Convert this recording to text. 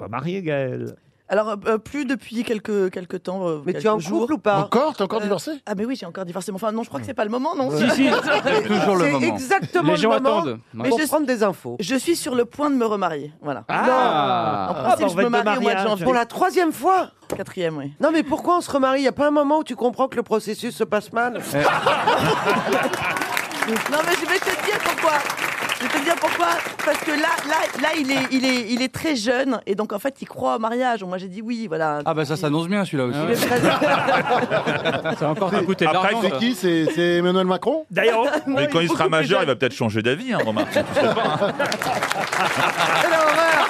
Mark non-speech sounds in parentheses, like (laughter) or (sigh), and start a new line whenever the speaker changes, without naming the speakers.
remarié, Gaël.
Alors, euh, plus depuis quelques, quelques temps. euh,
Mais tu
quelques
es en
jours.
couple ou pas
Encore T'es encore
Euh,
divorcé
Ah, mais oui, j'ai encore divorcé. Mais enfin, non, je crois que c'est pas le moment, non
Si,
(laughs)
si.
C'est toujours le
C'est
moment.
exactement
Les gens
le moment
attendent.
pour
oh, Mais je-
prendre des infos.
Je suis sur le point de me remarier. Voilà. en
Ah
bah,
principe,
on va
je me
être de
marie au mois de
mariage.
janvier.
Pour la troisième fois
Quatrième, oui.
Non mais pourquoi on se remarie Il n'y a pas un moment où tu comprends que le processus se passe mal
Eh.
Non, mais je vais te dire pourquoi. Je vais te dire pourquoi. Parce que là, là, là, il est, il est, il est très jeune. Et donc, en fait, il croit au mariage. Moi, j'ai dit oui, voilà.
Ah bah ça s'annonce bien celui-là aussi.
Il est très-
Ça a encore coûté de
Après,
l'argent.
c'est
ça.
qui C'est c'est Emmanuel Macron
D'ailleurs,
Moi,
Mais quand il
est
sera
beaucoup plus
majeur, il
jeune.
va peut-être changer d'avis, hein, remarque.
Quelle horreur